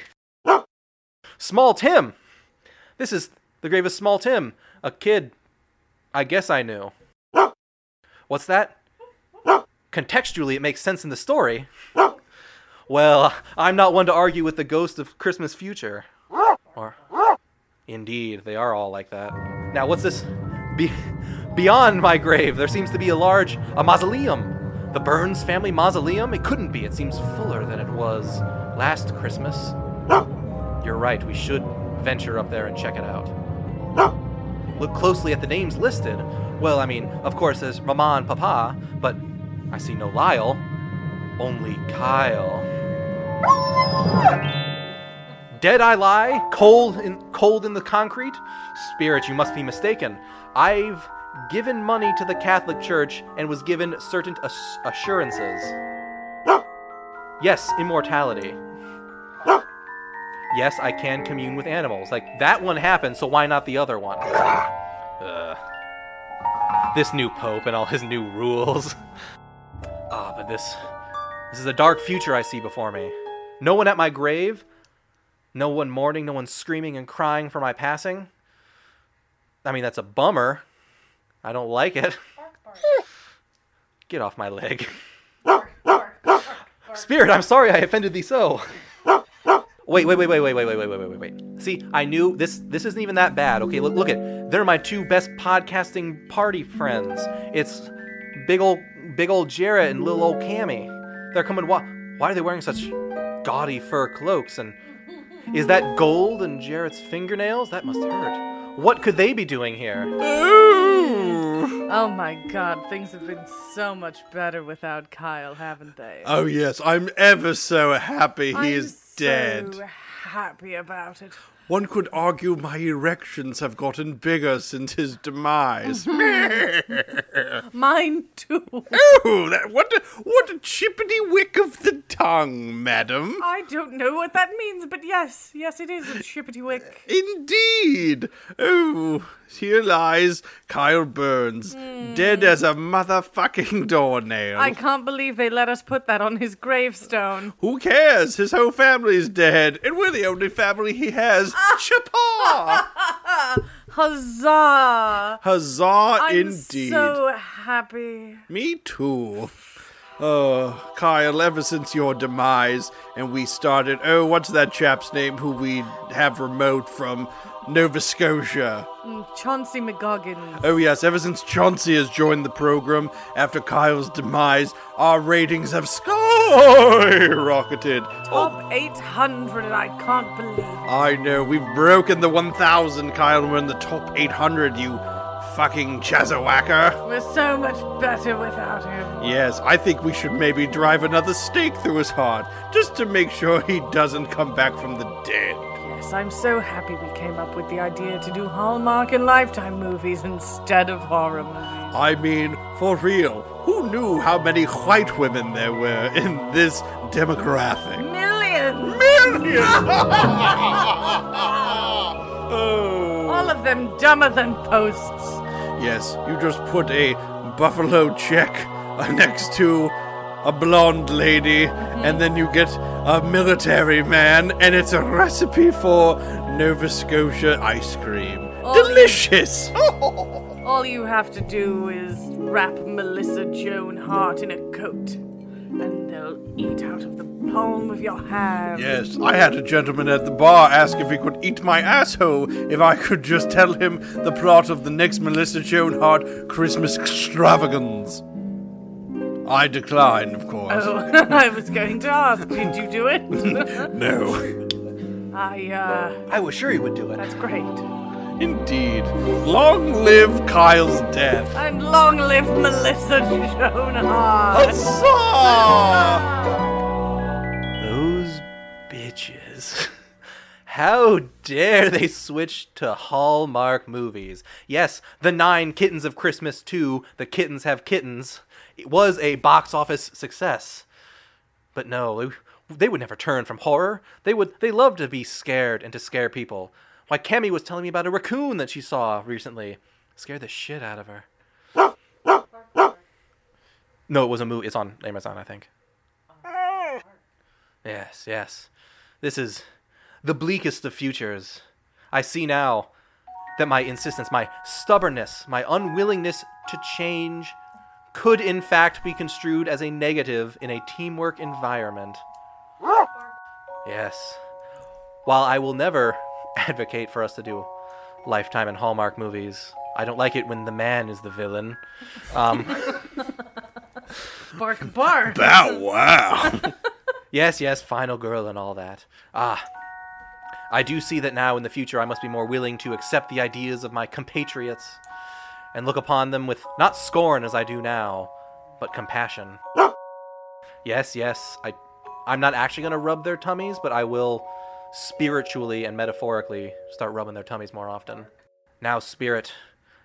Speaker 2: Small Tim. This is the grave of Small Tim, a kid. I guess I knew. What's that? Contextually, it makes sense in the story. Well, I'm not one to argue with the ghost of Christmas future. Or Indeed, they are all like that. Now, what's this? Be- beyond my grave, there seems to be a large a mausoleum. The Burns family mausoleum? It couldn't be. It seems fuller than it was last Christmas. You're right. We should venture up there and check it out. Look closely at the names listed. Well, I mean, of course, there's Mama and Papa, but I see no Lyle, only Kyle. Dead I lie, cold in cold in the concrete? Spirit, you must be mistaken. I've given money to the Catholic Church and was given certain ass- assurances. Yes, immortality. Yes, I can commune with animals. Like that one happened, so why not the other one? Ugh. This new pope and all his new rules. Ah, but this this is a dark future I see before me. No one at my grave, no one mourning, no one screaming and crying for my passing. I mean, that's a bummer. I don't like it. Get off my leg. Spirit, I'm sorry I offended thee so. Wait, wait, wait, wait, wait, wait, wait, wait, wait, wait, wait, wait. See, I knew this. This isn't even that bad. Okay, look, look at. They're my two best podcasting party friends. It's big old, big old Jarrett and little old Cammy. They're coming. Why? Why are they wearing such gaudy fur cloaks? And is that gold in Jarrett's fingernails? That must hurt. What could they be doing here?
Speaker 4: Oh my god, things have been so much better without Kyle, haven't they?
Speaker 8: Oh yes, I'm ever so happy he
Speaker 4: I'm
Speaker 8: is
Speaker 4: so
Speaker 8: dead.
Speaker 4: happy about it.
Speaker 8: One could argue my erections have gotten bigger since his demise.
Speaker 4: Mm-hmm. Mine too.
Speaker 8: oh, that, what a, what a chippity wick of the tongue, madam.
Speaker 4: I don't know what that means, but yes, yes, it is a chippity wick.
Speaker 8: Indeed. Oh, here lies Kyle Burns, dead as a motherfucking doornail.
Speaker 4: Hmm. I can't believe they let us put that on his gravestone.
Speaker 8: Who cares? His whole family's dead, and we're the only family he has.
Speaker 4: Ah.
Speaker 8: Chapaw!
Speaker 4: Huzzah!
Speaker 8: Huzzah,
Speaker 4: I'm
Speaker 8: indeed.
Speaker 4: so happy.
Speaker 8: Me too. Oh, Kyle, ever since your demise and we started. Oh, what's that chap's name who we have remote from Nova Scotia?
Speaker 4: Chauncey McGoggins.
Speaker 8: Oh, yes, ever since Chauncey has joined the program after Kyle's demise, our ratings have skyrocketed.
Speaker 4: Top 800, and I can't believe it.
Speaker 8: I know, we've broken the 1,000, Kyle, and we're in the top 800, you fucking chazawacker.
Speaker 4: We're so much better without him.
Speaker 8: Yes, I think we should maybe drive another stake through his heart, just to make sure he doesn't come back from the dead.
Speaker 4: Yes, I'm so happy we came up with the idea to do Hallmark and Lifetime movies instead of horror movies.
Speaker 8: I mean, for real, who knew how many white women there were in this demographic?
Speaker 4: Millions!
Speaker 8: Oh.
Speaker 4: All of them dumber than posts.
Speaker 8: Yes, you just put a buffalo check next to a blonde lady, and then you get a military man, and it's a recipe for Nova Scotia ice cream. Delicious!
Speaker 4: All you have to do is wrap Melissa Joan Hart in a coat, and they'll eat out of the palm of your hand.
Speaker 8: Yes, I had a gentleman at the bar ask if he could eat my asshole if I could just tell him the plot of the next Melissa Joan Hart Christmas extravagance. I declined, of course.
Speaker 4: Oh, I was going to ask, did you do it?
Speaker 8: No.
Speaker 4: I, uh,
Speaker 2: I was sure he would do it.
Speaker 4: that's great.
Speaker 8: Indeed. Long live Kyle's death.
Speaker 4: And long live Melissa Joan Hart.
Speaker 8: Oh. Huzzah!
Speaker 2: Those bitches. How dare they switch to Hallmark movies? Yes, The Nine Kittens of Christmas 2, The Kittens Have Kittens, it was a box office success. But no, they- they would never turn from horror. They would they love to be scared and to scare people. Why Cammy was telling me about a raccoon that she saw recently. Scared the shit out of her. No, it was a movie. It's on Amazon, I think. Yes, yes. This is the bleakest of futures. I see now that my insistence, my stubbornness, my unwillingness to change could in fact be construed as a negative in a teamwork environment. Yes. While I will never advocate for us to do Lifetime and Hallmark movies, I don't like it when the man is the villain.
Speaker 4: Bark, bark.
Speaker 8: Bow wow.
Speaker 2: Yes, yes, final girl and all that. Ah. I do see that now in the future I must be more willing to accept the ideas of my compatriots and look upon them with not scorn as I do now, but compassion. Yes, yes, I I'm not actually going to rub their tummies, but I will spiritually and metaphorically start rubbing their tummies more often. Now, spirit,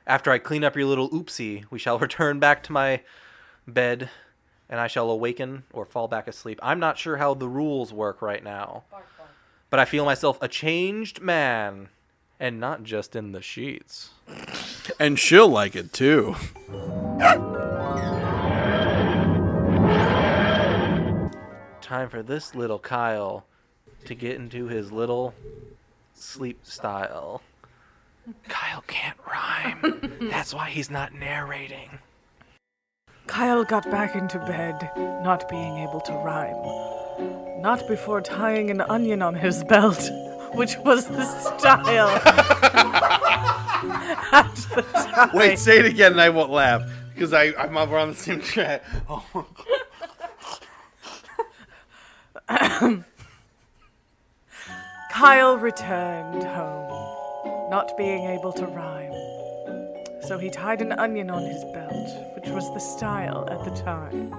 Speaker 2: after I clean up your little oopsie, we shall return back to my bed and I shall awaken or fall back asleep. I'm not sure how the rules work right now, but I feel myself a changed man and not just in the sheets.
Speaker 12: And she'll like it too.
Speaker 2: Time for this little Kyle to get into his little sleep style. Kyle can't rhyme. That's why he's not narrating.
Speaker 4: Kyle got back into bed, not being able to rhyme. Not before tying an onion on his belt, which was the style. At the time.
Speaker 12: Wait, say it again and I won't laugh because I I'm we're on the same track.
Speaker 4: Kyle returned home, not being able to rhyme. So he tied an onion on his belt, which was the style at the time.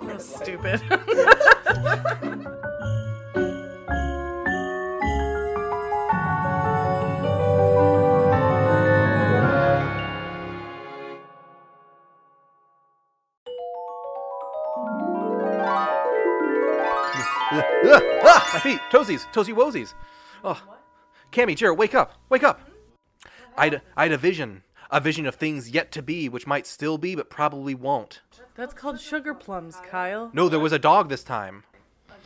Speaker 4: Real stupid.
Speaker 2: My feet, toesies, toesy woesies. Oh, Cammy, Jared, wake up, wake up. I had, I had a vision, a vision of things yet to be, which might still be, but probably won't.
Speaker 4: That's called sugar plums, Kyle.
Speaker 2: No, there was a dog this time.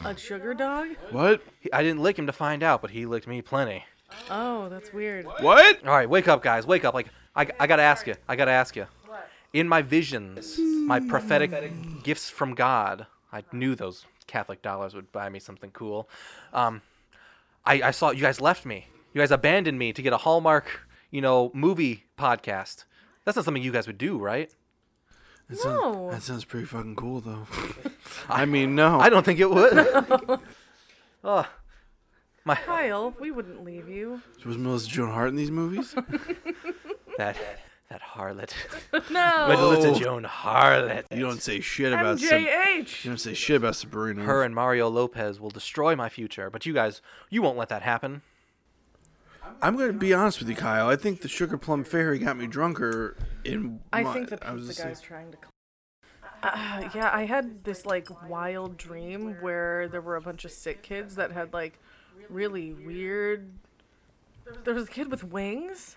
Speaker 4: A sugar dog?
Speaker 12: What?
Speaker 2: He- I didn't lick him to find out, but he licked me plenty.
Speaker 4: Oh, that's weird.
Speaker 12: What?
Speaker 2: All right, wake up, guys, wake up. Like, I, I gotta ask you, I gotta ask you. In my visions, my prophetic gifts from God, I knew those Catholic dollars would buy me something cool. Um, I, I saw you guys left me. You guys abandoned me to get a Hallmark, you know, movie podcast. That's not something you guys would do, right?
Speaker 8: That
Speaker 4: No.
Speaker 8: sounds, that sounds pretty fucking cool, though. I mean, no.
Speaker 2: I don't think it would. oh, my
Speaker 4: Kyle, we wouldn't leave you.
Speaker 8: was Melissa Joan Hart in these movies?
Speaker 2: that that harlot, Oh.
Speaker 4: No.
Speaker 2: Melissa Joan Harlot.
Speaker 8: you don't say shit about Sab- you
Speaker 4: MJH.
Speaker 8: don't say shit about Sabrina.
Speaker 2: Her and Mario Lopez will destroy my future, but you guys, you won't let that happen.
Speaker 8: I'm gonna be honest with you, Kyle. I think the sugar plum fairy got me drunker. In
Speaker 4: I
Speaker 8: my-
Speaker 4: think the
Speaker 8: I was
Speaker 4: pizza
Speaker 8: just
Speaker 4: guy's trying to. Uh, yeah, I had this like wild dream where there were a bunch of sick kids that had like really weird. There was a kid with wings.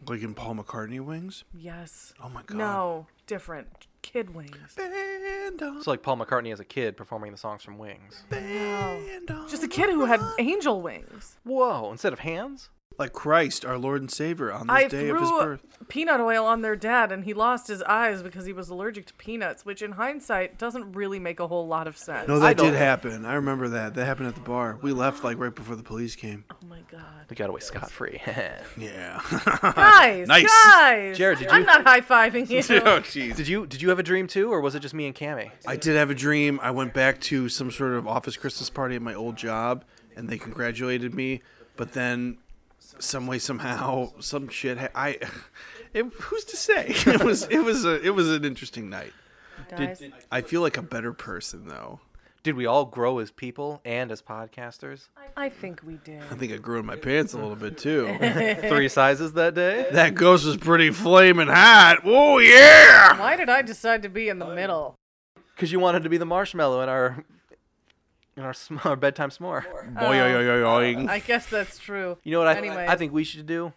Speaker 8: like, like in Paul McCartney wings.
Speaker 4: Yes.
Speaker 8: Oh my god.
Speaker 4: No, different kid wings.
Speaker 8: Band on,
Speaker 2: It's like Paul McCartney as a kid performing the songs from Wings.
Speaker 8: band on.
Speaker 4: Just a kid who had angel wings.
Speaker 2: Whoa! Instead of hands,
Speaker 8: like Christ, our Lord and Savior, on this
Speaker 4: I
Speaker 8: day of his
Speaker 4: threw
Speaker 8: birth.
Speaker 4: peanut oil on their dad, and he lost his eyes because he was allergic to peanuts, which in hindsight doesn't really make a whole lot of sense.
Speaker 8: No,
Speaker 2: I
Speaker 8: that
Speaker 2: don't-
Speaker 8: did happen. I remember that. That happened at the bar. We left like right before the police came.
Speaker 4: Oh my god.
Speaker 2: we got away scot free.
Speaker 8: Yeah.
Speaker 4: Guys,
Speaker 12: Nice.
Speaker 4: guys.
Speaker 2: Jared, did
Speaker 4: I'm
Speaker 2: you-
Speaker 4: not high fiving you.
Speaker 12: Oh jeez.
Speaker 2: did you did you have a dream too, or was it just me and Cammy?
Speaker 8: I did have a dream. I went back to some sort of office Christmas party at my old job, and they congratulated me. But then, some way, somehow, some shit. Ha- I, it, who's to say? It was. It was a. It was an interesting night.
Speaker 4: guys,
Speaker 8: I feel like a better person though.
Speaker 2: Did we all grow as people and as podcasters?
Speaker 4: I think we did.
Speaker 8: I think I grew in my pants a little bit too.
Speaker 2: Three sizes that day.
Speaker 8: that ghost was pretty flaming hot. Oh yeah.
Speaker 4: Why did I decide to be in the middle?
Speaker 2: Because you wanted to be the marshmallow in our in our, sm- our bedtime s'more.
Speaker 8: Boing.
Speaker 4: I guess that's true.
Speaker 2: You know what I,
Speaker 4: Anyway.
Speaker 2: I think we should do?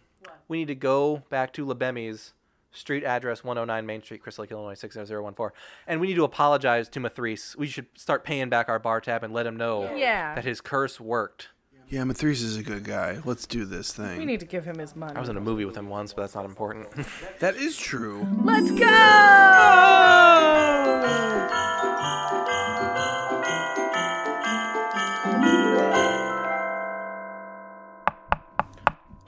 Speaker 2: We need to go back to Labemi's street address 109 Main Street, Crystal Lake, Illinois 60014. And we need to apologize to Mathrice. We should start paying back our bar tab and let him know
Speaker 4: Yeah.
Speaker 2: that his curse worked.
Speaker 8: Yeah, Mathis is a good guy. Let's do this
Speaker 4: We
Speaker 8: thing.
Speaker 4: need to give him his money.
Speaker 2: I was in a movie with him once, but that's not important.
Speaker 8: that is true.
Speaker 4: Let's go!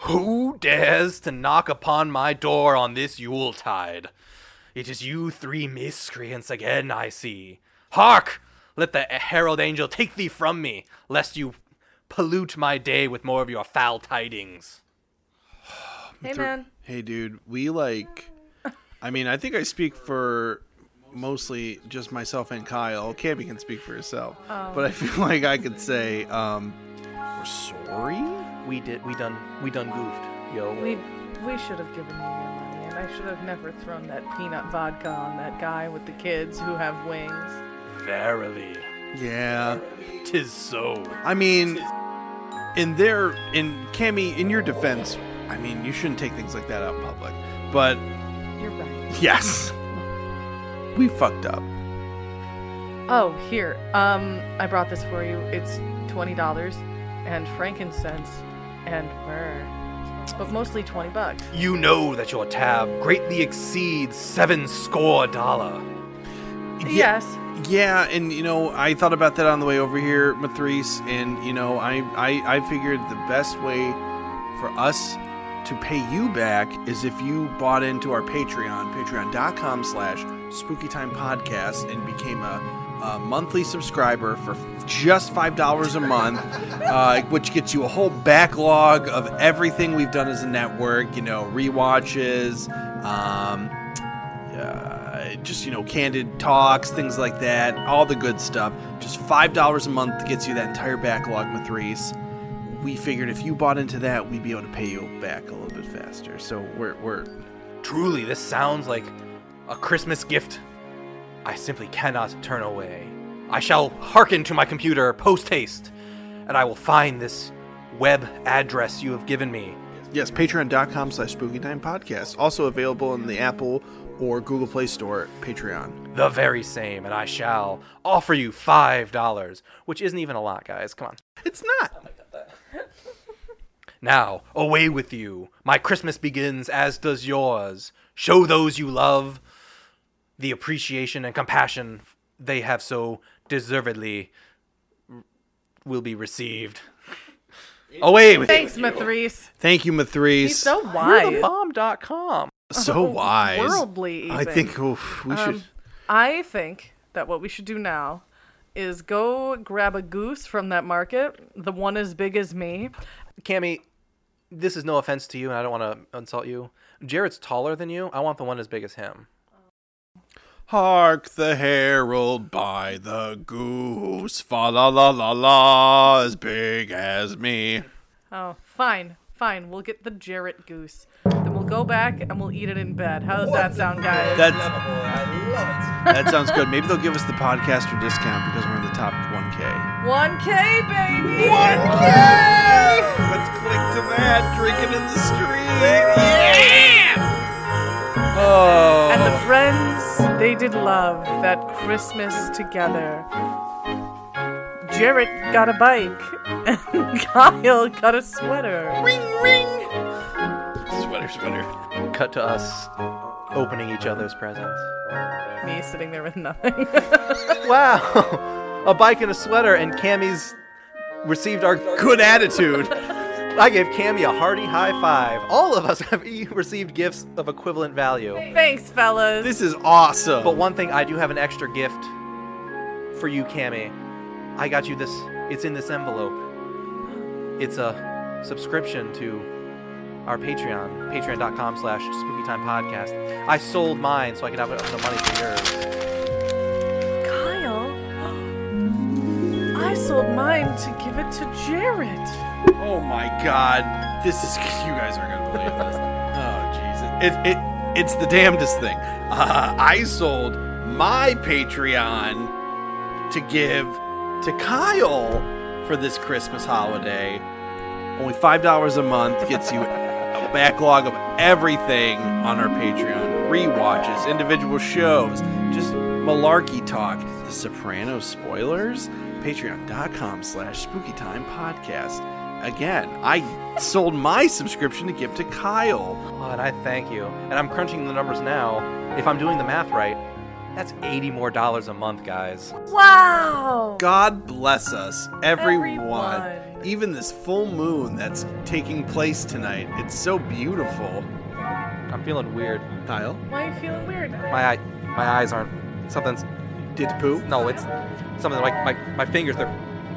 Speaker 2: Who dares to knock upon my door on this Yuletide? It is you three miscreants again, I see. Hark! Let the herald angel take thee from me, lest you pollute my day with more of your foul tidings.
Speaker 4: Hey man.
Speaker 8: Hey, dude, we like. I mean, I think I speak for mostly just myself and Kyle. Cammy can speak for herself, but I feel like I could say um, we're sorry.
Speaker 2: We did. We done. We done goofed, yo.
Speaker 4: We we should have given you your money, and I should have never thrown that peanut vodka on that guy with the kids who have wings.
Speaker 1: Verily,
Speaker 8: Yeah.
Speaker 1: tis so.
Speaker 8: I mean, in their in Cammy, in your defense, I mean, you shouldn't take things like that out in public. But
Speaker 4: You're right.
Speaker 8: yes, we fucked up.
Speaker 4: Oh, here. Um, I brought this for you. It's twenty dollars, and frankincense, and myrrh, but mostly twenty bucks.
Speaker 9: You know that your tab greatly exceeds seven score dollar.
Speaker 4: Yes.
Speaker 8: Yeah, and you know, I thought about that on the way over here, Matrice, and you know, I, I I figured the best way for us to pay you back is if you bought into our Patreon, patreon.com slash spooky time podcast and became a, a monthly subscriber for just five dollars a month, uh, which gets you a whole backlog of everything we've done as a network, you know, rewatches, um, uh, just you know candid talks things like that all the good stuff just five dollars a month gets you that entire backlog Mathrees. we figured if you bought into that we'd be able to pay you back a little bit faster so we're we're
Speaker 9: Truly, this sounds like a Christmas gift. I simply cannot turn away. I shall hearken to my computer post haste, and I will find this web address you have given me.
Speaker 8: yes patreon.com slash spooky time podcast also available in the apple or google play store patreon
Speaker 9: The very same, and I shall offer you five dollars, which isn't even a lot, guys. Come on.
Speaker 8: it's not
Speaker 9: Now, away with you. My Christmas begins as does yours. Show those you love the appreciation and compassion they have so deservedly will be received. away with
Speaker 4: Thanks, Mathrice.
Speaker 8: thank you
Speaker 4: He's
Speaker 8: Mathrees.
Speaker 4: so
Speaker 9: you.
Speaker 4: wise.
Speaker 9: Bomb.com.
Speaker 8: so wise
Speaker 4: Worldly. Even.
Speaker 8: i think oof, we
Speaker 4: Um,
Speaker 8: should
Speaker 4: I think that what we should do now is go grab a goose from that market, the one as big as me.
Speaker 2: Cammy, this is no offense to you, and I don't want to insult you. Jared's taller than you. I want the one as big as him.
Speaker 8: Hark the herald by the goose, fa la la la la, as big as me.
Speaker 4: Oh, fine, fine. We'll get the Jarrett goose. Then we'll go back and we'll eat it in bed. How does that sound, guys?
Speaker 8: That's, that sounds good. Maybe they'll give us the podcaster discount because we're in the top 1K.
Speaker 4: 1K, baby!
Speaker 8: Let's click to that. Drinking in the street.
Speaker 4: And the friends, they did love that Christmas together. Jarrett got a bike, and Kyle got a sweater.
Speaker 8: Sweater, sweater.
Speaker 2: Cut to us opening each other's presents.
Speaker 4: Me sitting there with nothing.
Speaker 2: Wow, a bike and a sweater, and Cammy's received our.
Speaker 8: Good attitude.
Speaker 2: I gave Cammy a hearty high five. All of us have e- received gifts of equivalent value.
Speaker 4: Thanks, fellas.
Speaker 8: This is awesome.
Speaker 2: But one thing, I do have an extra gift for you, Cammy. I got you this. It's in this envelope. It's a subscription to our Patreon, patreon.com slash spookytimepodcast. I sold mine so I could have the money for yours.
Speaker 4: Kyle, I sold mine to give it to Jarrett.
Speaker 8: Oh my god. This is you guys aren't gonna believe this. Oh Jesus. It it it's the damnedest thing. Uh, I sold my Patreon to give to Kyle for this Christmas holiday. Only five dollars a month gets you a backlog of everything on our Patreon. Rewatches, individual shows, just malarkey talk, the Soprano spoilers, patreon.com slash spooky time podcast. Again, I sold my subscription to give to Kyle.
Speaker 2: Oh, and I thank you. And I'm crunching the numbers now. If I'm doing the math right, that's 80 more dollars a month, guys.
Speaker 4: Wow.
Speaker 8: God bless us, everyone.
Speaker 4: Everyone.
Speaker 8: Even this full moon that's taking place tonight. It's so beautiful.
Speaker 2: I'm feeling weird.
Speaker 8: Kyle,
Speaker 4: Why are you feeling weird?
Speaker 2: My eye, my eyes aren't. Something's
Speaker 8: did poo?
Speaker 2: No, it's something like my, my fingers. They're,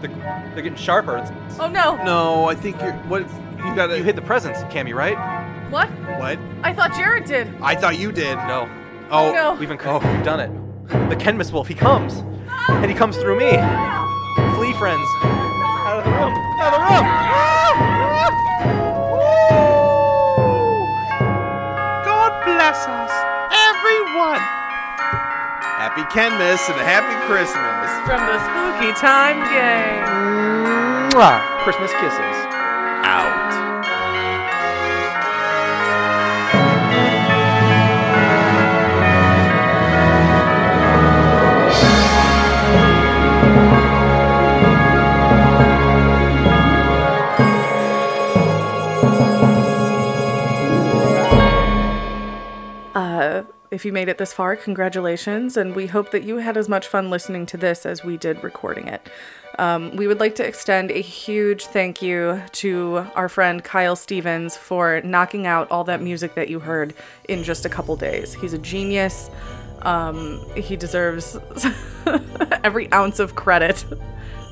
Speaker 2: they're they're getting sharper. It's,
Speaker 4: Oh no.
Speaker 8: No, I think you're. What? You gotta.
Speaker 2: you hit the presents, Cammy, right?
Speaker 4: What?
Speaker 8: What?
Speaker 4: I thought Jarrett did.
Speaker 8: I thought you did.
Speaker 2: No,
Speaker 8: Oh,
Speaker 4: no.
Speaker 2: we've, enc- we've done it. the Kenmas wolf. He comes, and he comes through me. Flee, friends, out of the room, out of the room. Ah!
Speaker 8: God bless us, everyone. Happy Kenmas and happy Christmas.
Speaker 4: From the spooky time game.
Speaker 2: Mwah. Christmas kisses.
Speaker 8: Out.
Speaker 4: If you made it this far, congratulations, and we hope that you had as much fun listening to this as we did recording it. Um, we would like to extend a huge thank you to our friend Kyle Stevens for knocking out all that music that you heard in just a couple days. He's a genius. Um, he deserves every ounce of credit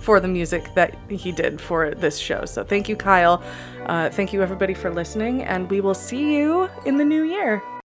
Speaker 4: for the music that he did for this show. So thank you, Kyle. Uh, thank you, everybody, for listening, and we will see you in the new year.